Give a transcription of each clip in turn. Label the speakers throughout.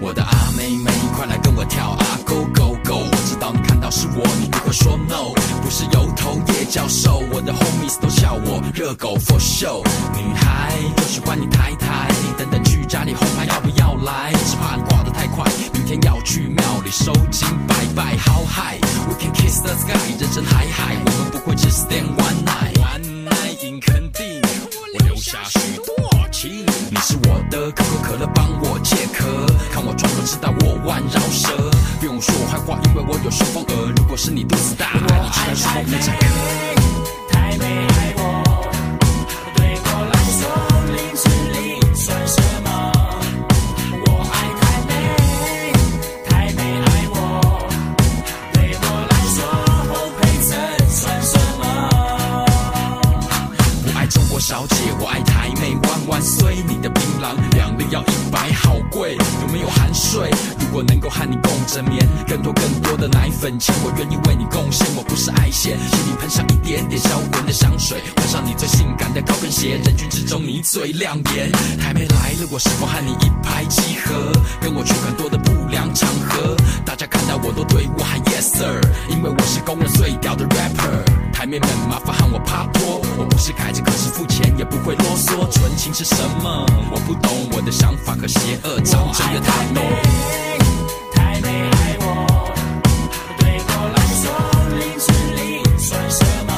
Speaker 1: 我的阿妹妹，快来跟我跳啊，Go Go Go！我知道你看到是我，你不会说 No。不是油头叶教授，我的 homies 都笑我热狗 for show。女孩就喜欢你抬抬，等等去家里红牌要不要来？只怕你挂得太快，明天要去庙里收金拜拜。How high？We can kiss the sky，人生海海，我们不会只 stand one night。One night in 肯定，我留下许多情。你是我的可口可乐，帮我解渴，看我穿着吃到我腕饶舌。不用说坏话，因为我有双风耳。如果是你肚子大，我带你去看双峰那场歌。
Speaker 2: 太美爱我，对我来说零是零算什么？我爱太美，太美爱我，对我来说后悔真算什么？
Speaker 1: 我爱中国小姐，我爱台妹，万万岁！你的槟榔两粒要一百，好贵，有没有含税？如果能够和你共枕眠，更多更多的奶粉钱，我愿意为你贡献。我不是爱线，请你喷上一点点销魂的香水，换上你最性感的高跟鞋，人群之中你最亮眼。台妹来了，我是否和你一拍即合？跟我去很多的不良场合，大家看到我都对我喊 yes sir，因为我是公认最屌的 rapper。台妹们，麻烦喊我趴坡。我不是凯子，可是付钱也不会啰嗦。纯情是什么？我不懂，我的想法和邪恶交织的太浓。
Speaker 2: 太美爱我，对我来说零是零算什么？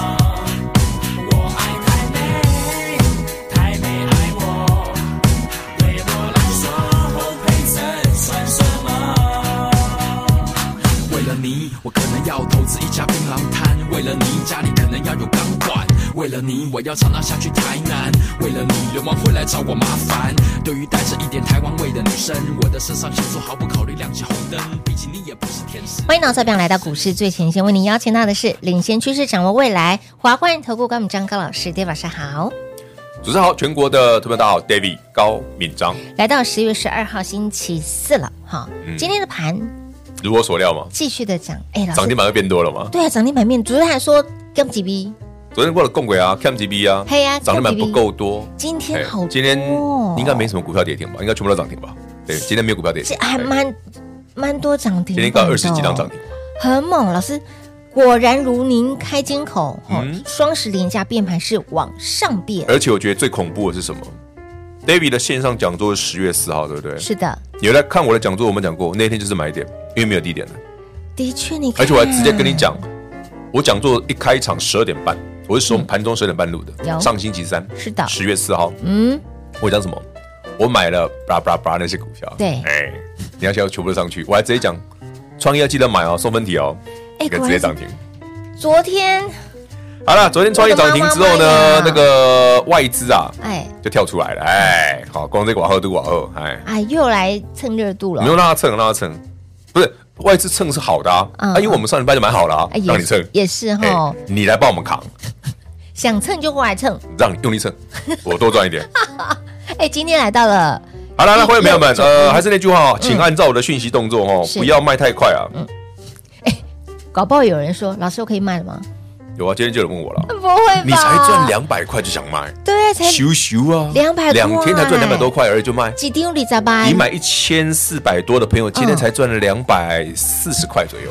Speaker 2: 我爱太美，太美爱我，对我来说后悔真算什么？
Speaker 1: 为了你，我可能要投资一家槟榔摊；为了你，家里可能要有钢管；为了你，我要常常下去台南；为了你，流氓会来找我麻烦。对于带着一点台湾味的女生，我的肾上腺素毫不考虑亮起红灯。毕竟你也不是天使。
Speaker 3: 欢迎到这边来到股市最前线，为您邀请到的是领先趋势、掌握未来华冠投顾高敏章高老师，大家晚上好。
Speaker 4: 主持人好，全国的特别大家好，David 高敏章，
Speaker 3: 来到十月十二号星期四了，哈，
Speaker 4: 嗯
Speaker 3: 今天的盘
Speaker 4: 如我所料吗？
Speaker 3: 继续的涨，哎，老
Speaker 4: 涨
Speaker 3: 师
Speaker 4: 停，板会变多了吗？
Speaker 3: 对啊，涨停板面，昨天还说干几逼，
Speaker 4: 昨天过了共轨啊，KMGB 啊，
Speaker 3: 嘿啊
Speaker 4: 涨停板不够多。
Speaker 3: 今天
Speaker 4: 嘿
Speaker 3: 好多哦，
Speaker 4: 今天应该没什么股票跌停吧？应该全部都涨停吧？对，今天没有股票跌
Speaker 3: 这
Speaker 4: 停，
Speaker 3: 还
Speaker 4: 嘿
Speaker 3: 蛮蛮多涨停板的哦，
Speaker 4: 今天刚二十几档涨停，
Speaker 3: 很猛，老师。果然如您开金口，哦，
Speaker 4: 嗯
Speaker 3: 双十连价变盘是往上变，
Speaker 4: 而且我觉得最恐怖的是什么？David 的线上讲座是十月四号，对不对？
Speaker 3: 是的，
Speaker 4: 有来看我的讲座，我们讲过那天就是买点，因为没有低点的，
Speaker 3: 的确你看，
Speaker 4: 而且我还直接跟你讲，
Speaker 3: 嗯
Speaker 4: 我讲座一开场十二点半，我是从盘中十二点半录
Speaker 3: 嗯有
Speaker 4: 的，上星期三，
Speaker 3: 是的
Speaker 4: 十月四号，
Speaker 3: 嗯，
Speaker 4: 我讲什么？我买了巴拉巴拉巴拉那些股票，
Speaker 3: 对
Speaker 4: 哎，你要现在全部都上去，我还直接讲，创业要记得买哦，送分题哦，
Speaker 3: 哎
Speaker 4: 你看
Speaker 3: 果然
Speaker 4: 直接涨停。
Speaker 3: 昨天
Speaker 4: 好了，昨天创业涨停之后
Speaker 3: 我的妈妈呀
Speaker 4: 呢，那个外资啊
Speaker 3: 哎
Speaker 4: 就跳出来了，哎，好，光这个往后都往后，哎，
Speaker 3: 哎又来蹭热度了
Speaker 4: 你，又让它蹭，让它蹭，不是外资蹭是好的啊，
Speaker 3: 嗯
Speaker 4: 啊，因为我们上礼拜就买好了啊
Speaker 3: 哎，也
Speaker 4: 让你蹭，
Speaker 3: 也是哦
Speaker 4: 哎
Speaker 3: 哈，，
Speaker 4: 你来帮我们扛，
Speaker 3: 想蹭就过来蹭。
Speaker 4: 让你用力蹭， 我多赚一点。
Speaker 3: 哎，今天来到了，
Speaker 4: 好了，那会员朋 友们，
Speaker 3: 六
Speaker 4: 呃，还是那句话哦，请按照我的讯息动作哦，
Speaker 3: 嗯是嗯
Speaker 4: 不要卖太快啊。
Speaker 3: 搞不好有人说，老师我可以卖了吗？
Speaker 4: 有啊，今天就有人问我了。
Speaker 3: 不会吧？
Speaker 4: 你才赚，两百块就想 卖，
Speaker 3: 对啊，才
Speaker 4: 咻咻啊，
Speaker 3: 200块
Speaker 4: 两天才赚两百多块而已就卖。
Speaker 3: 几丢你咋办？
Speaker 4: 你买一千四百多的朋友，今天
Speaker 3: 嗯
Speaker 4: 才赚了两百四十块左右，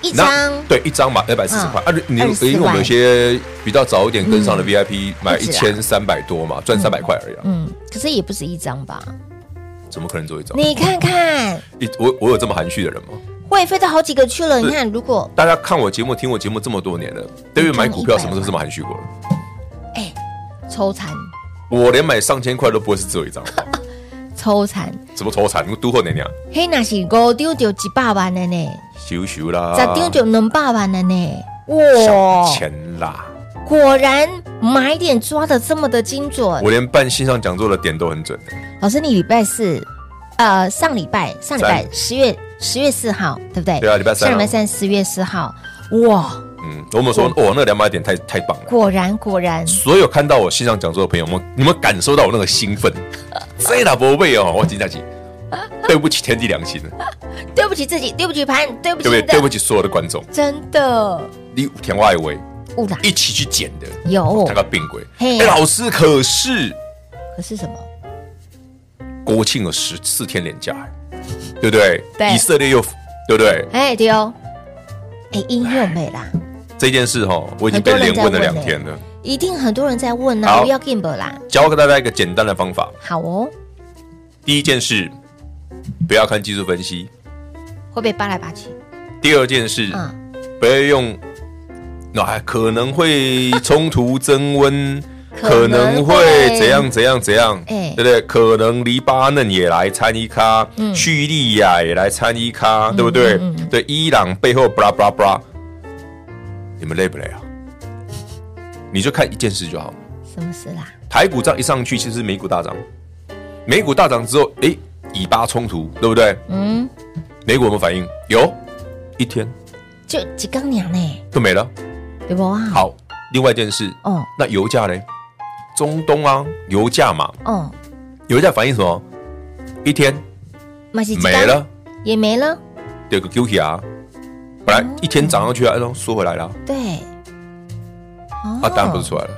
Speaker 3: 一
Speaker 4: 那
Speaker 3: 张，
Speaker 4: 对一张嘛，两百四十
Speaker 3: 嗯
Speaker 4: 块。啊，你
Speaker 3: 24块
Speaker 4: 因为我们有些比较早一点跟上的 VIP 买
Speaker 3: 不
Speaker 4: 一
Speaker 3: 止啊
Speaker 4: 千三百多嘛，赚三百块而已啊，
Speaker 3: 嗯，可是也不止一张吧？
Speaker 4: 哦怎么可能做一张？
Speaker 3: 你看 看，
Speaker 4: 一我我有这么含蓄的人吗？
Speaker 3: 会费都好几个去了，
Speaker 4: 是
Speaker 3: 你看如果
Speaker 4: 大家看我节目、听我节目这么多年了，对于买股票什么时候这么含蓄过了？
Speaker 3: 抽残
Speaker 4: 我连买上千块都不会是只有一张，好不好
Speaker 3: 抽残，
Speaker 4: 怎么投产？我都后年娘
Speaker 3: 嘿那是五丢就几百万的呢，
Speaker 4: 咻咻啦，
Speaker 3: 十丢就两百万的呢，
Speaker 4: 小
Speaker 3: 哇，
Speaker 4: 钱啦。
Speaker 3: 果然买点抓的这么的精准。
Speaker 4: 我连办线上讲座的点都很准，
Speaker 3: 老师，你礼拜四，呃，上礼拜上礼拜十月十月四号，对不对？
Speaker 4: 对啊礼拜三啊
Speaker 3: 上礼拜三十月四号，哇，
Speaker 4: 嗯，我们说
Speaker 3: 哦
Speaker 4: 哇，那个两百点太太棒了。
Speaker 3: 果然果然，
Speaker 4: 所有看到我线上讲座的朋友们，你们感受到我那个兴奋？这哪不会哦，我金大姐，对不起天地良心，
Speaker 3: 对不起自己，对不起盘，对不起
Speaker 4: 对不对？
Speaker 3: 你的
Speaker 4: 对不起所有的观众，
Speaker 3: 真的
Speaker 4: 你田外围
Speaker 3: 误啦，
Speaker 4: 一起去捡的，
Speaker 3: 有
Speaker 4: 他个病鬼。
Speaker 3: 嘿
Speaker 4: 哎，老师，可是
Speaker 3: 可是什么？
Speaker 4: 国庆有十四天连假，对不对？
Speaker 3: 对
Speaker 4: 以色列又对不对？
Speaker 3: 哎，对哦，哎，音乐美啦，
Speaker 4: 这件事哈，我已经被连问了两天了。
Speaker 3: 一定很多人在问呐、
Speaker 4: 好
Speaker 3: 不要 gamble 啦，
Speaker 4: 教给大家一个简单的方法，
Speaker 3: 好哦，
Speaker 4: 第一件事不要看技术分析，
Speaker 3: 会被扒来扒去，
Speaker 4: 第二件事、
Speaker 3: 嗯，。
Speaker 4: 不要用，那、还可能会冲突增温
Speaker 3: 可
Speaker 4: 可
Speaker 3: 能
Speaker 4: 能
Speaker 3: 会
Speaker 4: 会怎样怎样怎样，
Speaker 3: 哎嗯
Speaker 4: 对不对？可能黎巴嫩也来参一咖，叙利亚也来参一咖，对不对？对，伊朗背后布拉布拉布拉，你们累不累啊？你就看一件事就好，
Speaker 3: 什么事啦？
Speaker 4: 台股涨一上去，其实美股大涨，美股大涨之后，哎，以巴冲突，对不对？
Speaker 3: 嗯，
Speaker 4: 美股有没有反应？有，一天
Speaker 3: 就几缸娘呢，
Speaker 4: 就没了。
Speaker 3: 对不啊？，
Speaker 4: 好，另外一件事，
Speaker 3: 哦
Speaker 4: 那油价嘞？中东啊，油价嘛，
Speaker 3: 哦，
Speaker 4: 油价反应什么？一天
Speaker 3: 嘛是几缸
Speaker 4: 没了，
Speaker 3: 也没了，
Speaker 4: 对个 Q T 啊，本
Speaker 3: 哦
Speaker 4: 来一
Speaker 3: 嗯
Speaker 4: 天涨上去啊，哎呦缩回来了啊，
Speaker 3: 对，哦哎
Speaker 4: 啊，当然不是出来了。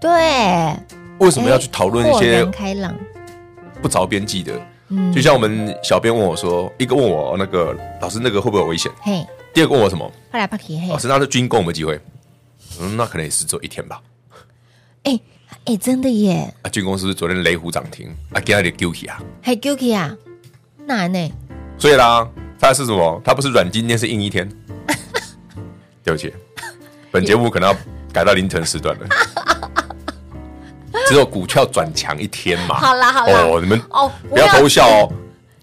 Speaker 3: 对，
Speaker 4: 为什么要去讨论一
Speaker 3: 豁
Speaker 4: 些
Speaker 3: 然开朗，
Speaker 4: 不着边际的？
Speaker 3: 嗯
Speaker 4: 就像我们小编问我说，一个问我那个老师那个会不会有危险？
Speaker 3: 嘿，
Speaker 4: 第二个问我什么？
Speaker 3: 扒来扒去，嘿
Speaker 4: 老，师，那哦是军工有没有机会？嗯，那可能也是只有一天吧。
Speaker 3: 哎哎，真的耶，
Speaker 4: 啊，军工是不是昨天雷虎涨停啊？给他点 Q T 啊？
Speaker 3: 还 g u c i 啊，难呢，
Speaker 4: 所以啦，它是什么？它不是软今天，是硬一天。 对不起，本节目可能要改到凌晨时段了。只有股票转强一天嘛。
Speaker 3: 好啦好啦
Speaker 4: 哦，你们
Speaker 3: 哦
Speaker 4: 不要偷笑哦。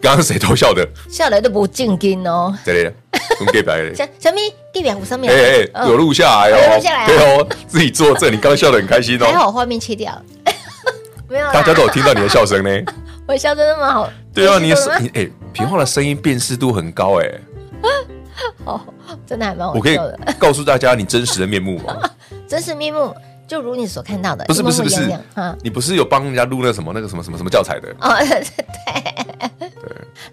Speaker 4: 刚刚谁偷笑的？
Speaker 3: 笑来都不正经哦，
Speaker 4: 这类的，我们给 白的。
Speaker 3: 小小咪，地表五上面，
Speaker 4: 哎哎，
Speaker 3: 嗯
Speaker 4: 有录下来哦，
Speaker 3: 有录下来啊
Speaker 4: 对哦，自己作证，你刚刚笑得很开心
Speaker 3: 还
Speaker 4: 哦，
Speaker 3: 好画面切掉了，没有啦，
Speaker 4: 大家都有听到你的笑声呢。
Speaker 3: 我笑得那么好，
Speaker 4: 对啊，你的
Speaker 3: 是
Speaker 4: 声，你哎，平话的声音辨识度很高哎，
Speaker 3: 真的还蛮好
Speaker 4: 我可以
Speaker 3: 笑的，
Speaker 4: 告诉大家你真实的面目哦吗？
Speaker 3: 真实面目就如你所看到的，
Speaker 4: 不是不是不是
Speaker 3: 啊，，
Speaker 4: 你不是有帮人家录那什么那个什么什么什么教材的？
Speaker 3: 哦， 对，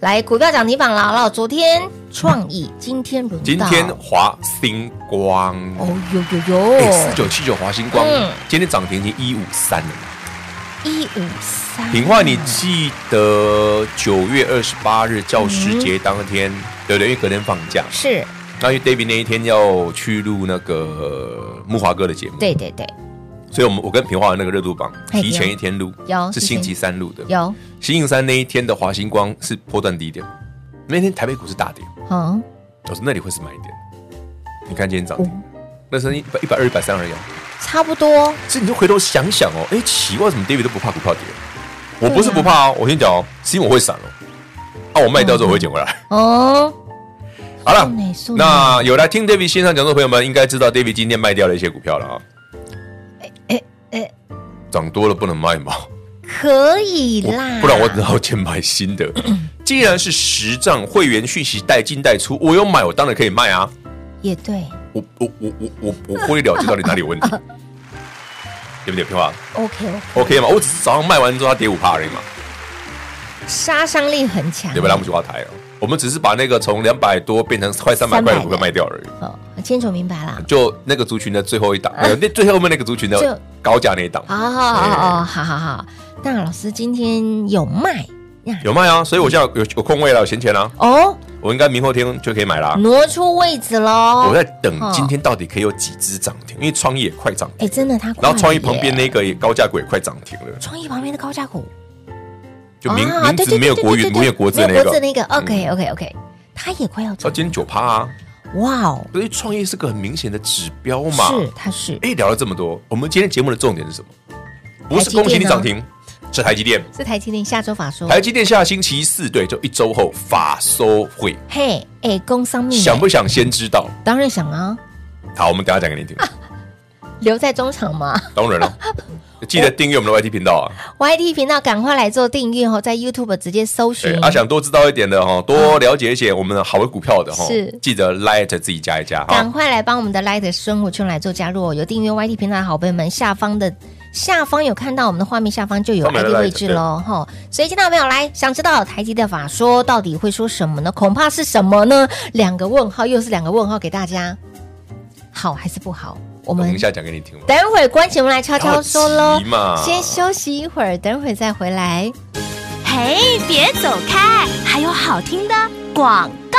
Speaker 3: 来股票涨停板了，老昨天创意，今天轮到，
Speaker 4: 今天华星光，
Speaker 3: 哦呦
Speaker 4: 哎，四
Speaker 3: 呦呦，
Speaker 4: 九七九华星光
Speaker 3: 嗯，
Speaker 4: 今天涨停已经一五三了。
Speaker 3: 一五三，
Speaker 4: 平话，你记得九月二十八日教师节当天，
Speaker 3: 嗯
Speaker 4: 对不对？因为隔天放假，
Speaker 3: 是，
Speaker 4: 那因为 David 那一天要去录那个木华哥的节目，
Speaker 3: 对对对，
Speaker 4: 所以我们我跟平话的那个热度榜
Speaker 3: 嘿
Speaker 4: 提前一天录，
Speaker 3: 有
Speaker 4: 是
Speaker 3: 提前
Speaker 4: 星期三录的。
Speaker 3: 有，
Speaker 4: 星期三那一天的华星光是波段低点，那天台北股是大跌。
Speaker 3: 嗯，
Speaker 4: 老师那里会是买点。你看今天涨停，
Speaker 3: 哦
Speaker 4: 那是一百一百二、一百三而已啊。
Speaker 3: 差不多，
Speaker 4: 所以你就回头想想哦，哎，奇怪，怎么 David 都不怕股票跌？我不是不怕
Speaker 3: 啊
Speaker 4: 哦，我先讲哦，是因为我会闪哦。啊，我卖掉之后我会捡回来。
Speaker 3: 哦，
Speaker 4: 好了
Speaker 3: 送你送，你
Speaker 4: 那有来听 David 线上讲座的朋友们，应该知道 David 今天卖掉了一些股票了啊。
Speaker 3: 哎哎，
Speaker 4: 涨多了不能卖嘛，
Speaker 3: 可以
Speaker 4: 我
Speaker 3: 啦，
Speaker 4: 不然我只好去买 新的。既然是实账会员讯息带进带出，我有买，我当然可以卖啊。
Speaker 3: 也对，
Speaker 4: 我我我我我我会了解到底哪里有问题， 对不对？平华
Speaker 3: OK 哦 OK，
Speaker 4: ，OK 嘛？我只是早上卖完之后它跌五趴而已嘛，
Speaker 3: 杀伤力很强，
Speaker 4: 对不对？拉姆九花台啊，我们只是把那个从两百多变成快三百块的股票卖掉而已。
Speaker 3: 哦，清楚明白啦。
Speaker 4: 就那个族群的最后一档，哎那个那最后面那个族群
Speaker 3: 啊就
Speaker 4: 的高价那一档哎
Speaker 3: 好好好好好好好，那老师今天有卖
Speaker 4: 有卖啊，所以我现在有有空位了，有闲钱啦，
Speaker 3: 哦，
Speaker 4: 我应该明后天就可以买啦。
Speaker 3: 挪出位置喽。
Speaker 4: 我在等
Speaker 3: 哦
Speaker 4: 今天到底可以有几只涨停，因为创意也快涨
Speaker 3: 哎，
Speaker 4: 停，
Speaker 3: 真的他，
Speaker 4: 然后创意旁边那个也高价股也快涨停了，
Speaker 3: 创意旁边的高价股，
Speaker 4: 就名
Speaker 3: 啊
Speaker 4: 名
Speaker 3: 对
Speaker 4: 字
Speaker 3: 对
Speaker 4: 没有
Speaker 3: 对
Speaker 4: 国
Speaker 3: 对
Speaker 4: 语
Speaker 3: 对对
Speaker 4: 没有国字的
Speaker 3: 没有
Speaker 4: 那
Speaker 3: 国
Speaker 4: 个
Speaker 3: 字，那个，OK OK OK，它也快要
Speaker 4: 啊，
Speaker 3: 涨，
Speaker 4: 今天九趴啊，
Speaker 3: 哇哦，
Speaker 4: 所以创业是个很明显的指标嘛。
Speaker 3: 是它是
Speaker 4: 哎，聊了这么多，我们今天节目的重点是什么？不
Speaker 3: 台
Speaker 4: 是
Speaker 3: 积电
Speaker 4: 恭喜你
Speaker 3: 哦
Speaker 4: 涨停，是台积电。
Speaker 3: 是台积电下周法说，
Speaker 4: 台积电下星期四对，就一周后法收会，
Speaker 3: 嘿，哎，工商秘密，
Speaker 4: 想不想先知道？
Speaker 3: 当然想啊，
Speaker 4: 好，我们等一下讲给你
Speaker 3: 啊
Speaker 4: 听。
Speaker 3: 留在中场嘛。
Speaker 4: 当 然了，记得订阅我们的 YT 频道啊。
Speaker 3: YT 频道赶快来做订阅哦，在 YouTube 直接搜
Speaker 4: 对
Speaker 3: 寻。，
Speaker 4: 啊，想多知道一点的哈，多了解一些我们的好的股票的哈
Speaker 3: 嗯是，
Speaker 4: 记得 Light 自己加一加
Speaker 3: 赶
Speaker 4: 哈。
Speaker 3: 快来帮我们的 Light 生活圈来做加入哦！有订阅 YT 频道的好朋友们，下方的下方有看到我们的画面下方就有
Speaker 4: 上面
Speaker 3: ID
Speaker 4: 的
Speaker 3: 位
Speaker 4: Light，
Speaker 3: 置
Speaker 4: 对
Speaker 3: 喽哈。所以，听到没有？来，想知道台积的法说到底会说什么呢？恐怕是什么呢？两个问号，又是两个问号给大家，好还是不好？我
Speaker 4: 我
Speaker 3: 们
Speaker 4: 们下讲给你听嘛。
Speaker 3: 等会儿关起门来悄悄说喽
Speaker 4: 急。嘛，
Speaker 3: 先休息一会儿，等会儿再回来。
Speaker 5: 嘿，别走开，还有好听的广告。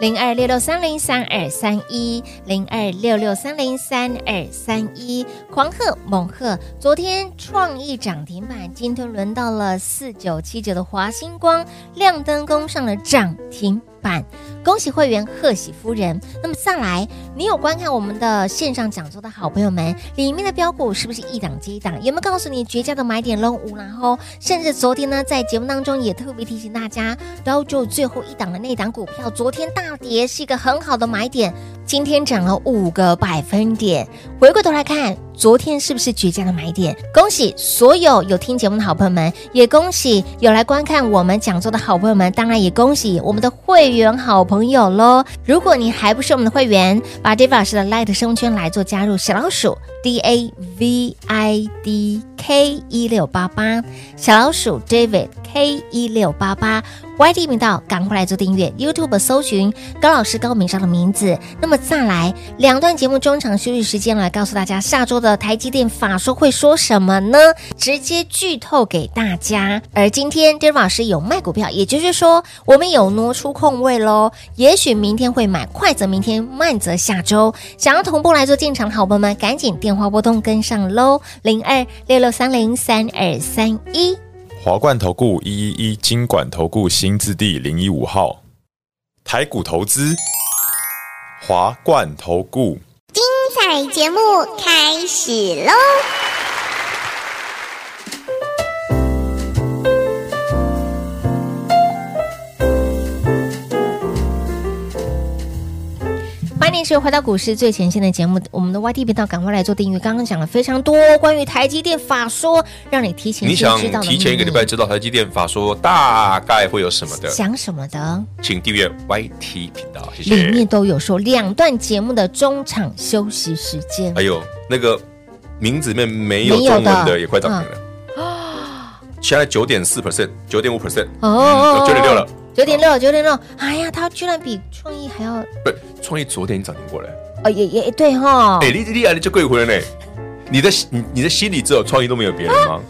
Speaker 3: 零二六六三零三二三一，零二六六三零三二三一，狂贺猛贺！昨天创意涨停板，今天轮到了四九七九的华星光亮灯攻上了涨停板，恭喜会员，贺喜夫人。那么再来，你有观看我们的线上讲座的好朋友们，里面的标股是不是一档接一档？有没有告诉你绝佳的买点喽？五然后，甚至昨天呢，在节目当中也特别提醒大家，然就最后一档的那档股票，昨天大跌是一个很好的买点，今天涨了五个百分点。回过头来看，昨天是不是绝佳的买点？恭喜所有有听节目的好朋友们，也恭喜有来观看我们讲座的好朋友们，当然也恭喜我们的会员好朋友喽。如果你还不是我们的会员，把 David 老师的 Light 生圈来做加入，小老鼠 D A V I D K 一六八八。小老鼠 David K 一六八八 YT 频道，赶快来做订阅。YouTube 搜寻高老师高明章的名字。那么再来两段节目中场休息时间，来告诉大家下周的台积电法说会说什么呢？直接剧透给大家。而今天 David 老师有卖股票，也就是说我们有挪出空位喽。也许明天会买，快则明天，慢则下周。想要同步来做进场的好朋友们，赶紧电话拨通跟上喽，零二六六三零三二三一。
Speaker 6: 华冠投顾一一一金管投顾新字第零一五号，台股投资，华冠投顾。
Speaker 7: 彩节目开始喽！
Speaker 3: 欢迎收回到股市最前线的节目，我们的 YT 频道赶快来做订阅。刚刚讲了非常多关于台积电法说，让你提前
Speaker 4: 你想
Speaker 3: 先知道的
Speaker 4: 提前一个礼
Speaker 3: 秘
Speaker 4: 拜
Speaker 3: 密
Speaker 4: 知道台积电法说大概会有什么的，
Speaker 3: 讲什么的，
Speaker 4: 请订阅 YT 频道，谢
Speaker 3: 里面
Speaker 4: 谢。
Speaker 3: 都有说两段节目的中场休息时间
Speaker 4: 还，有那个名字里面没有
Speaker 3: 没有
Speaker 4: 中文
Speaker 3: 的
Speaker 4: 的也快涨停了，啊现在九点四 percent，九点五 percent，
Speaker 3: 哦
Speaker 4: 嗯九点六了，
Speaker 3: 九点六，九点六，哎呀，它居然比创意还要，
Speaker 4: 不是创意昨天已经涨停过了。
Speaker 3: 哦，也也对哈、
Speaker 4: 哎、你你啊，你就贵回了呢？你的你你的心里只有创意都没有别人 吗？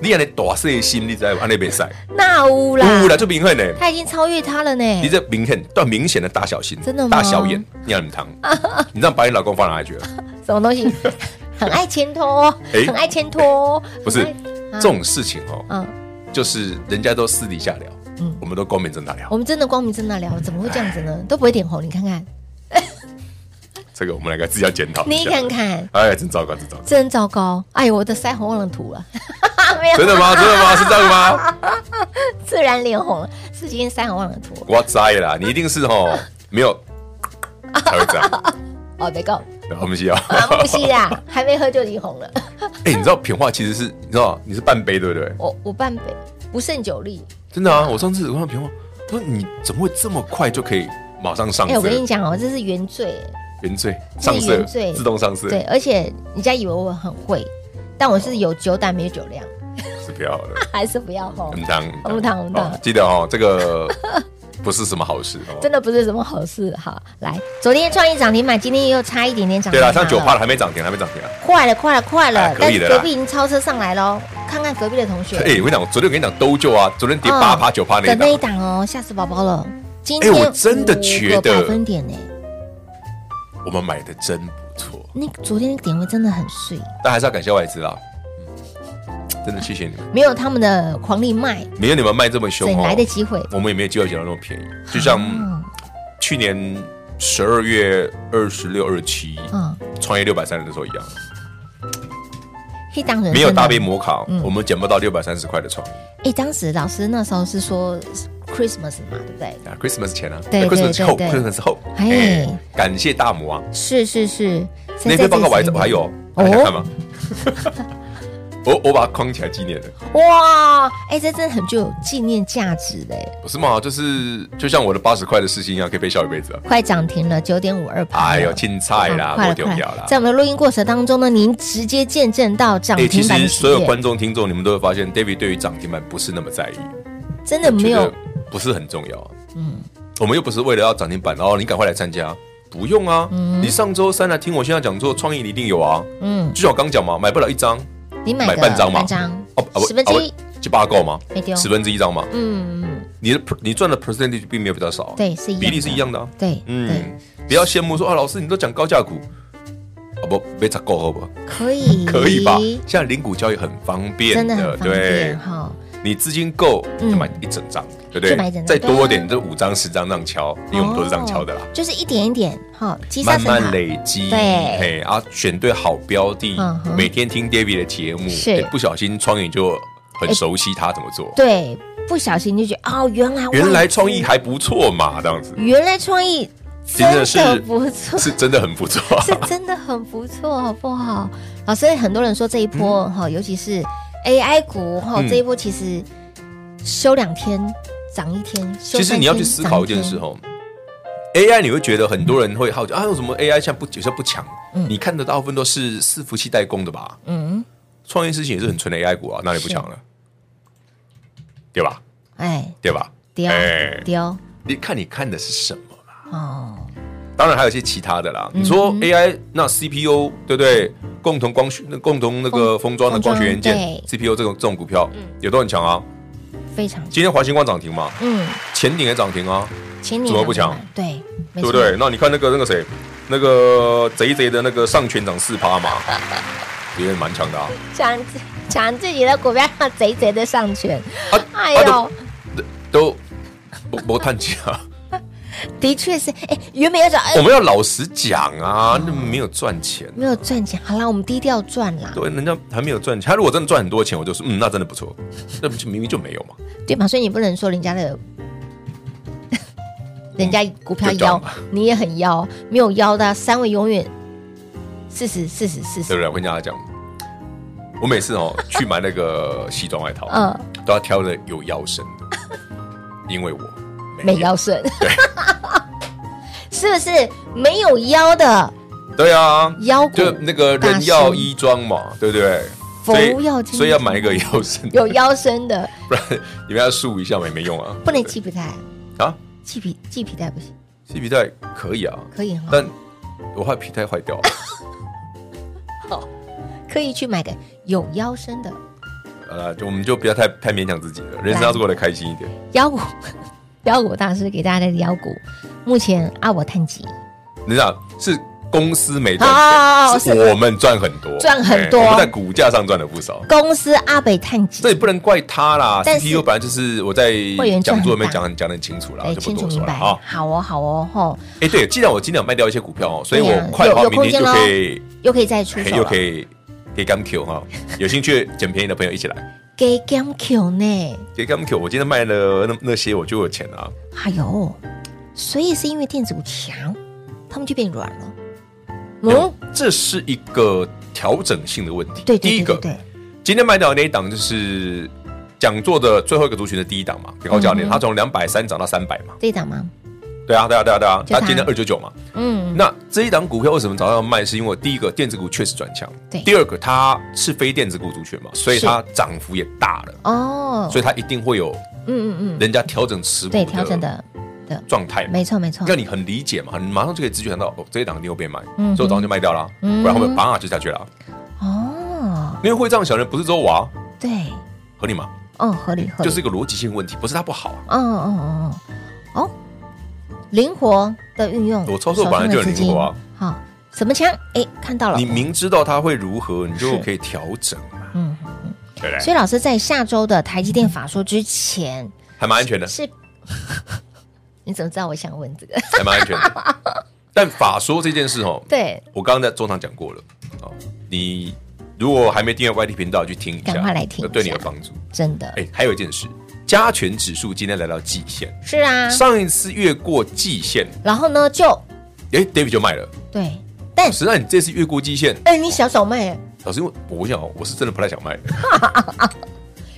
Speaker 4: 你啊，你大色心，你在安内比赛，
Speaker 3: 那乌啦
Speaker 4: 有，啦，就明显呢。
Speaker 3: 它已经超越它了呢。
Speaker 4: 你这明显，但明显的大小心，
Speaker 3: 真的吗
Speaker 4: 大小眼，你 很疼，你这样把你老公放哪里去了？
Speaker 3: 什么东西？ 很爱牵拖，
Speaker 4: 哎
Speaker 3: 很爱牵拖，
Speaker 4: 不是
Speaker 3: 很爱
Speaker 4: 这种事情哦，
Speaker 3: 啊。嗯
Speaker 4: 就是人家都私底下聊，
Speaker 3: 嗯
Speaker 4: 我们都光明正大聊
Speaker 3: 我。们真的光明正大聊，怎么会这样子呢？都不会点红，你看看，
Speaker 4: 这个我们两个自己要检讨一
Speaker 3: 你
Speaker 4: 下。
Speaker 3: 看看，
Speaker 4: 哎，真糟糕，真糟糕。
Speaker 3: 真糟糕！哎呦，我的腮红忘了涂了， 没有，
Speaker 4: 真 的吗？真的吗？是这样吗？
Speaker 3: 自然脸红了，是今天腮红忘了涂。
Speaker 4: 我栽啦，你一定是哦，没有才会这样。
Speaker 3: 哦，别告，
Speaker 4: 我们需要。
Speaker 3: 啊，不是 啦，还没喝就已经红了。
Speaker 4: 哎、你知道品化其实是，你知道你是半杯对不对？
Speaker 3: 哦我我半杯不胜酒力。
Speaker 4: 真的啊，我上次我看平话，他说你怎么会这么快就可以马上上
Speaker 3: 哎，我跟你
Speaker 4: 色？
Speaker 3: 讲哦，这是原罪，
Speaker 4: 原罪上色
Speaker 3: 原罪，
Speaker 4: 自动上色，
Speaker 3: 对，而且人家以为我很会，但我是有酒胆没有酒量，
Speaker 4: 是不要的。
Speaker 3: 还是不要红
Speaker 4: 很，烫，
Speaker 3: 红糖红糖
Speaker 4: 哦记得哦，这个不是什么好事哦。
Speaker 3: 真的不是什么好事。好，来，昨天创意涨停板，今天又差一点点涨停
Speaker 4: 对
Speaker 3: 板
Speaker 4: 啦，
Speaker 3: 了，
Speaker 4: 像九趴了还没涨停，还没涨停啊！
Speaker 3: 快了，快了，快了！
Speaker 4: 哎可
Speaker 3: 但
Speaker 4: 以
Speaker 3: 是
Speaker 4: 的啦
Speaker 3: 隔壁已经超车上来喽，看看隔壁的同学。
Speaker 4: 哎，我跟你讲，我昨天我跟你讲都救啊，昨天跌
Speaker 3: 嗯
Speaker 4: 八趴九趴那
Speaker 3: 的
Speaker 4: 一
Speaker 3: 那一
Speaker 4: 档，
Speaker 3: 档哦，吓死宝宝了！今天
Speaker 4: 哎我真的觉得
Speaker 3: 五个百分点呢，
Speaker 4: 我们买的真不错，
Speaker 3: 那个昨天那个点位真的很碎，
Speaker 4: 但还是要感谢外资啦，嗯真的谢谢你们，
Speaker 3: 没有他们的狂力卖，
Speaker 4: 没有你们卖这么凶
Speaker 3: 怎
Speaker 4: 哦
Speaker 3: 来，的机会？
Speaker 4: 我们也没有机会捡到那么便宜。就像
Speaker 3: 嗯
Speaker 4: 去年十二月二十六、二十七，
Speaker 3: 嗯，
Speaker 4: 创业六百三十的时候一样，
Speaker 3: 一档人
Speaker 4: 没有
Speaker 3: 生啊
Speaker 4: 大杯摩卡
Speaker 3: 嗯，
Speaker 4: 我们捡不到六百三十块的创意。
Speaker 3: 哎，当时老师那时候是说 Christmas 嘛，对不对？
Speaker 4: 啊，Christmas 前啊，
Speaker 3: 对
Speaker 4: 哎
Speaker 3: 对
Speaker 4: ，Christmas 后
Speaker 3: 对对
Speaker 4: ，Christmas 后，
Speaker 3: 哎
Speaker 4: 哎，感谢大魔王，
Speaker 3: 是是是，
Speaker 4: 那篇报告我还我还有，
Speaker 3: 哦
Speaker 4: 大家看吗？ 我我把它框起来纪念的，
Speaker 3: 哇，哎、这真的很具有纪念价值嘞，
Speaker 4: 不是嘛？就是就像我的八十块的事情一样，可以被笑一辈子啊！
Speaker 3: 快涨停了九点五二趴，
Speaker 4: 哎呦，青菜啦，
Speaker 3: 啊快
Speaker 4: 我
Speaker 3: 了
Speaker 4: 丢
Speaker 3: 快
Speaker 4: 掉
Speaker 3: 了
Speaker 4: 啦，
Speaker 3: 在。我们的录音过程当中呢，您直接见证到涨
Speaker 4: 哎，其
Speaker 3: 停板
Speaker 4: 实
Speaker 3: 的
Speaker 4: 所
Speaker 3: 实
Speaker 4: 有
Speaker 3: 验，
Speaker 4: 观众听众，你们都会发现，David 对于涨停板不是那么在意，
Speaker 3: 真的没
Speaker 4: 觉
Speaker 3: 有
Speaker 4: 得不是很重要啊。嗯，我们又不是为了要涨停板，然哦后你赶快来参加，不用啊。你上周三来听我现在讲座，创意你一定有啊。
Speaker 3: 嗯，
Speaker 4: 就像我刚讲嘛，买不了一张，
Speaker 3: 你买
Speaker 4: 买
Speaker 3: 个
Speaker 4: 半张嘛
Speaker 3: 半张
Speaker 4: 哦，啊不
Speaker 3: 十分之，一
Speaker 4: 啊，不就八够吗
Speaker 3: 没丢？
Speaker 4: 十分之一张嘛，
Speaker 3: 嗯，嗯
Speaker 4: 你的 per- 你赚的 percentage 并没有比较少啊，
Speaker 3: 对，是一样的
Speaker 4: 比例是一，样的啊。
Speaker 3: 对，
Speaker 4: 嗯，不要羡慕说啊，老师你都讲高价股，啊不，被查够好不好？
Speaker 3: 对，可以，
Speaker 4: 可以吧？现在零股交易很方便
Speaker 3: 嗯真的很方
Speaker 4: 对
Speaker 3: 便，哈，
Speaker 4: 你资金够
Speaker 3: 嗯
Speaker 4: 就买一整张，对不
Speaker 3: 就
Speaker 4: 对
Speaker 3: 买一整张？
Speaker 4: 再多一
Speaker 3: 对啊
Speaker 4: 点，这五张十张这样敲，因为我们都是这样敲的啦
Speaker 3: 哦。就是一点一点，哈，积沙
Speaker 4: 慢
Speaker 3: 成塔
Speaker 4: 慢累积，
Speaker 3: 对
Speaker 4: 嘿啊，选对好标的
Speaker 3: 嗯，哼
Speaker 4: 每天听 David 的节目，
Speaker 3: 是
Speaker 4: 哎不小心创意就很熟悉他怎么做。
Speaker 3: 对，不小心就觉得哦，原来
Speaker 4: 原
Speaker 3: 外
Speaker 4: 来
Speaker 3: 资
Speaker 4: 创意还不错嘛，这样子
Speaker 3: 原来创意
Speaker 4: 真的是
Speaker 3: 真的不错，
Speaker 4: 是真的很不错。
Speaker 3: 是真的很不错，好不好？老师，很多人说这一波哈、尤其是 AI 股哈、
Speaker 4: 嗯
Speaker 3: 这一波其实休两天涨一天，休
Speaker 4: 其实
Speaker 3: 三
Speaker 4: 你要去
Speaker 3: 天
Speaker 4: 思考一件事，哦，AI 你会觉得很多人会
Speaker 3: 嗯
Speaker 4: 好奇啊，为什么 AI 现在不有些不强？你看得大部分都是伺服器代工的吧？
Speaker 3: 涨一天嗯，
Speaker 4: 创业事情也是很纯的 AI 股啊，哪里不强了？对吧？
Speaker 3: 哎，
Speaker 4: 对吧？
Speaker 3: 丢
Speaker 4: 哎
Speaker 3: 丢
Speaker 4: 你看你看的是什么嘛？
Speaker 3: 哦，嗯
Speaker 4: 当然还有一些其他的啦。你说 AI 那 CPU 对不对？共同光学、那共同那个封装的
Speaker 3: 封
Speaker 4: 光学元件
Speaker 3: 封装
Speaker 4: CPU 这种这种股票也都很强啊。
Speaker 3: 非常
Speaker 4: 今天华星光涨停嘛，
Speaker 3: 嗯，
Speaker 4: 前顶也涨停啊，
Speaker 3: 前年
Speaker 4: 怎么不强？
Speaker 3: 对，没
Speaker 4: 对
Speaker 3: 错
Speaker 4: 不对？？那你看那个那个谁，那个贼贼的那个上全涨四 趴嘛，也蛮强的啊。
Speaker 3: 抢自抢自己的股票，贼贼的上权，
Speaker 4: 啊
Speaker 3: 哎
Speaker 4: 啊
Speaker 3: 呦。
Speaker 4: 都都不不探气 啊。
Speaker 3: 的确是，哎、原本要找，哎、
Speaker 4: 我们要老实讲啊，那没有赚钱，啊
Speaker 3: 没有赚钱，好啦，我们低调赚啦，
Speaker 4: 对，人家还没有赚钱。他如果真的赚很多钱，我就说，嗯，那真的不错。那不就明明就没有嘛，
Speaker 3: 对吧？所以你不能说人家的，
Speaker 4: 嗯
Speaker 3: 人家股票
Speaker 4: 就这样
Speaker 3: 妖
Speaker 4: 吧，
Speaker 3: 你也很妖，没有妖的啊、三位永远四十四十四
Speaker 4: 对
Speaker 3: 十，
Speaker 4: 不对？我跟大家讲，我每次哦去买那个西装外套，
Speaker 3: 嗯，
Speaker 4: 都要挑的有腰身的，因为我
Speaker 3: 没
Speaker 4: 有。
Speaker 3: 腰身， 是不是没有腰的
Speaker 4: 对啊，
Speaker 3: 腰股
Speaker 4: 就那个人要衣装嘛，对不对？
Speaker 3: 佛
Speaker 4: 所
Speaker 3: 要
Speaker 4: 以
Speaker 3: 金
Speaker 4: 所以要买一个腰身的，
Speaker 3: 有腰身的，
Speaker 4: 不然你们要束一下嘛，也没用啊。
Speaker 3: 不能
Speaker 4: 对
Speaker 3: 系皮带，
Speaker 4: 啊，
Speaker 3: 系皮系皮带不行，
Speaker 4: 系皮带可以啊，
Speaker 3: 可以哈，
Speaker 4: 但我怕皮带坏掉。啊
Speaker 3: 可以去买个有腰身的
Speaker 4: 呃，就我们就不要太太勉强自己了，人生要是过得开心一点。
Speaker 3: 腰股， 腰股大师给大家的腰股，目前阿我探级。
Speaker 4: 你想是公司没
Speaker 3: 哦
Speaker 4: 赚钱，
Speaker 3: 是
Speaker 4: 是我们赚很多，
Speaker 3: 赚很多
Speaker 4: 哎我们在股价上赚了不少。
Speaker 3: 公司阿北探级
Speaker 4: 这，也不能怪他啦
Speaker 3: 但是
Speaker 4: ，CPU 本来就是我在
Speaker 3: 会员赚
Speaker 4: 讲
Speaker 3: 很
Speaker 4: 座里面
Speaker 3: 大
Speaker 4: 讲讲的很清楚啦，
Speaker 3: 哎，
Speaker 4: 我就不
Speaker 3: 清楚
Speaker 4: 多
Speaker 3: 明
Speaker 4: 说了
Speaker 3: 白，
Speaker 4: 啊。
Speaker 3: 好哦，好哦，吼，
Speaker 4: 哎，对，既然我今天有卖掉一些股票哦，所以
Speaker 3: 对哎
Speaker 4: 我
Speaker 3: 呀
Speaker 4: 快的话
Speaker 3: 有有
Speaker 4: 明
Speaker 3: 空
Speaker 4: 天
Speaker 3: 间哦
Speaker 4: 就
Speaker 3: 咯
Speaker 4: 可以，
Speaker 3: 又可以再出
Speaker 4: 哎
Speaker 3: 手
Speaker 4: 又
Speaker 3: 了
Speaker 4: 可，以可以干 Q 哈。有兴趣捡便宜的朋友一起来，
Speaker 3: 给 Game Q 呢？
Speaker 4: 给干 Q。我今天卖了那那些，我就有钱了啊。
Speaker 3: 哎呦，所以是因为电子股强，他们就变软了。嗯，
Speaker 4: 哎这是一个调整性的问题。
Speaker 3: 对对对
Speaker 4: 第一个，
Speaker 3: 对对
Speaker 4: 今天卖掉的那一档就是讲座的最后一个族群的第一档嘛，给高教
Speaker 3: 嗯
Speaker 4: 练，他从两百三涨到三百嘛。
Speaker 3: 这一档吗？
Speaker 4: 对啊，对啊，对啊，对啊，
Speaker 3: 就
Speaker 4: 他
Speaker 3: 它
Speaker 4: 今天二九九嘛。
Speaker 3: 嗯，
Speaker 4: 那这一档股票为什么早上要卖？是因为第一个电子股确实转强，
Speaker 3: 对
Speaker 4: 第二个它是非电子股族群嘛，所以它涨幅也大了，
Speaker 3: 哦，
Speaker 4: 所以它一定会有
Speaker 3: 嗯嗯嗯，
Speaker 4: 人家调整持股
Speaker 3: 对，调整
Speaker 4: 的
Speaker 3: 的的，
Speaker 4: 状态嘛。
Speaker 3: 没错没错
Speaker 4: 让，你很理解嘛，你马上就可以直觉想到哦，这一档一定又被卖，
Speaker 3: 嗯哼
Speaker 4: 所以我早上就卖掉了，啊
Speaker 3: 嗯
Speaker 4: 不然后面叭就下去了。啊
Speaker 3: 哦，
Speaker 4: 因为会这样想的人不是只有我啊，
Speaker 3: 对，
Speaker 4: 合理吗？
Speaker 3: 哦，合理合理，
Speaker 4: 就是一个逻辑性问题，不是它不好啊。
Speaker 3: 哦，哦哦哦哦，灵活的运用，
Speaker 4: 我操作本来就很灵活
Speaker 3: 手
Speaker 4: 啊
Speaker 3: 上的资金。好，什么枪？哎，看 到了，
Speaker 4: 你明知道它会如何，你
Speaker 3: 是
Speaker 4: 就可以调整嘛，
Speaker 3: 嗯，
Speaker 4: 对不
Speaker 3: 所
Speaker 4: 对？
Speaker 3: 以老师在下周的台积电法说之前
Speaker 4: 还蛮 安全的，
Speaker 3: 是，你怎么知道我想问这个？
Speaker 4: 还蛮安全的。但法说这件事哦，
Speaker 3: 对，
Speaker 4: 我刚刚在中场讲过了哦，你如果还没订阅 YT 频道，去听一下，
Speaker 3: 赶快来听一下
Speaker 4: 对你有帮助。
Speaker 3: 真的，
Speaker 4: 哎，还有一件事，加权指数今天来到季线，
Speaker 3: 是啊，
Speaker 4: 上一次越过季线，
Speaker 3: 然后呢就
Speaker 4: 哎，David 就卖了。
Speaker 3: 对，但
Speaker 4: 实际上你这次越过季线，
Speaker 3: 哎，你小手卖
Speaker 4: 老师，因为我想我是真的不太想卖，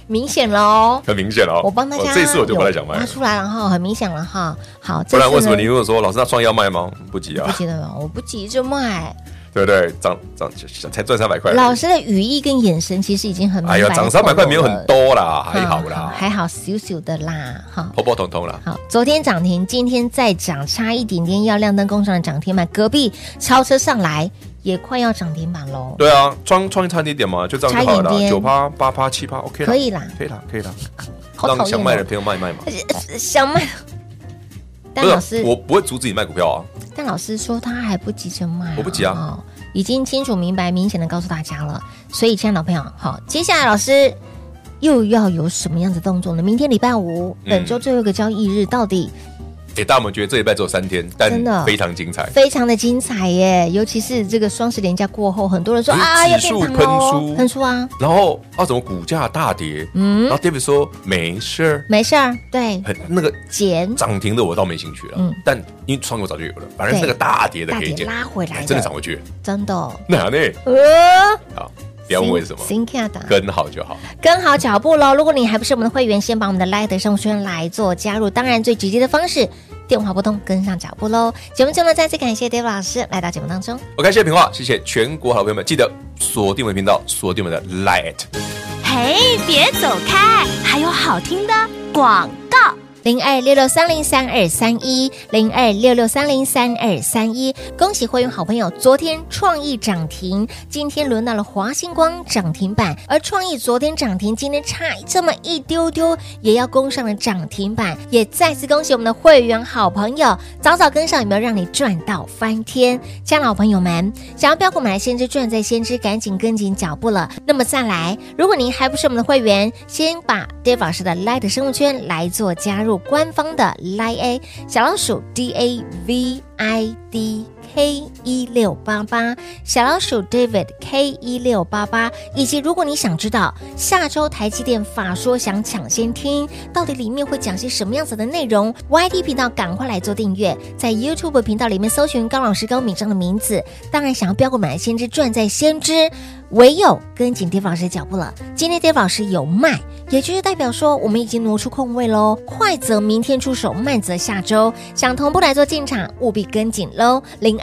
Speaker 3: 明显喽，
Speaker 4: 很明显了哦。
Speaker 3: 我帮大
Speaker 4: 哦
Speaker 3: 家
Speaker 4: 这一次我就不太想
Speaker 3: 有
Speaker 4: 卖
Speaker 3: 拿
Speaker 4: 了。
Speaker 3: 出来了哈，很明显了哈。好，
Speaker 4: 不
Speaker 3: 这
Speaker 4: 然
Speaker 3: 次
Speaker 4: 为什么
Speaker 3: 呢
Speaker 4: 你如果说老师那创意要卖吗？不急
Speaker 3: 不
Speaker 4: 啊，
Speaker 3: 急的？我不急就卖。
Speaker 4: 对不对？涨涨才赚三百块而已，
Speaker 3: 老师的语义跟眼神其实已经很明白
Speaker 4: 哎呦，涨三百块没有很
Speaker 3: 了，
Speaker 4: 多啦，还好
Speaker 3: 哈
Speaker 4: 啦，
Speaker 3: 还好小小的啦，哈。
Speaker 4: 普普通通啦。
Speaker 3: 好，昨天涨停，今天再涨，差一点点要亮灯工厂涨停板，隔壁超车上来也快要涨停板喽。
Speaker 4: 对啊，创创意差一点点嘛，就这样就好
Speaker 3: 差
Speaker 4: 了
Speaker 3: 一
Speaker 4: 啦，
Speaker 3: 点
Speaker 4: 九
Speaker 3: 点
Speaker 4: 趴、八趴、七趴，OK 啦，
Speaker 3: 可以啦
Speaker 4: 可以啦，可以啦，
Speaker 3: 好讨厌
Speaker 4: 啊让
Speaker 3: 哦
Speaker 4: 想卖的朋友卖一卖嘛。
Speaker 3: 呃想卖，但
Speaker 4: 不
Speaker 3: 老
Speaker 4: 是
Speaker 3: 师
Speaker 4: 啊，我不会阻止你卖股票啊，
Speaker 3: 但老师说他还不急着卖、
Speaker 4: 我不急啊
Speaker 3: 哦，已经清楚明白、明显的告诉大家了。所以，亲爱的老朋友，好，接下来老师又要有什么样的动作呢？明天礼拜五，
Speaker 4: 嗯
Speaker 3: 本周最后一个交易日，到底
Speaker 4: 给大家们觉得这一拜只有三天，但
Speaker 3: 真的
Speaker 4: 非常精彩，
Speaker 3: 非常的精彩耶！尤其是这个双十连假过后，很多人说
Speaker 4: 嗯
Speaker 3: 啊，
Speaker 4: 指
Speaker 3: 要变
Speaker 4: 数
Speaker 3: 盘喽，
Speaker 4: 喷出
Speaker 3: 喷出啊，
Speaker 4: 然后啊，怎么股价大跌？
Speaker 3: 嗯
Speaker 4: 然后 David 说没事儿，
Speaker 3: 没事儿，对，
Speaker 4: 很那个
Speaker 3: 减
Speaker 4: 涨停的我倒没兴趣了，
Speaker 3: 嗯
Speaker 4: 但因为创购早就有了，反正
Speaker 3: 对
Speaker 4: 那个大跌的
Speaker 3: 大
Speaker 4: 可以
Speaker 3: 点
Speaker 4: 减，
Speaker 3: 拉回来
Speaker 4: 哎
Speaker 3: 的，
Speaker 4: 真的涨回去，
Speaker 3: 真的哦，
Speaker 4: 那呢？
Speaker 3: 呃，
Speaker 4: 好，不要问为什么，
Speaker 3: 心跳的。
Speaker 4: 跟好就好。
Speaker 3: 跟好脚步喽！如果你还不是我们的会员，先把我们的 Light 生活圈来做加入。当然，最直接的方式，电话拨通，跟上脚步喽！节目最后呢，再次感谢 David 老师来到节目当中。
Speaker 4: OK，谢谢平话，谢谢全国好朋友们，记得锁定我们的频道，锁定我们的 Light。
Speaker 5: 嘿，别走开，还有好听的广告。
Speaker 3: 零二六六三零三二三一，零二六六三零三二三一。恭喜会员好朋友，昨天创意涨停，今天轮到了华星光涨停板，而创意昨天涨停，今天差这么一丢丢，也要攻上了涨停板。也再次恭喜我们的会员好朋友，早早跟上有没有让你赚到翻天？家老朋友们，想要标股买先知赚在先知，赶紧跟紧脚步了。那么再来，如果您还不是我们的会员，先把 Dave 老师的 Light 生物圈来做加入，官方的 Light A 小老鼠 D A V I D。K 一六八八小老鼠 David K 一六八八，以及如果你想知道下周台积电法说想抢先听，到底里面会讲些什么样子的内容？YT 频道赶快来做订阅，在 YouTube 频道里面搜寻高老师高敏章的名字。当然，想要标股买先知赚在先知，唯有跟紧 Dave 老师的脚步了。今天 Dave 老师有卖，也就是代表说我们已经挪出空位喽。快则明天出手，慢则下周。想同步来做进场，务必跟紧喽。零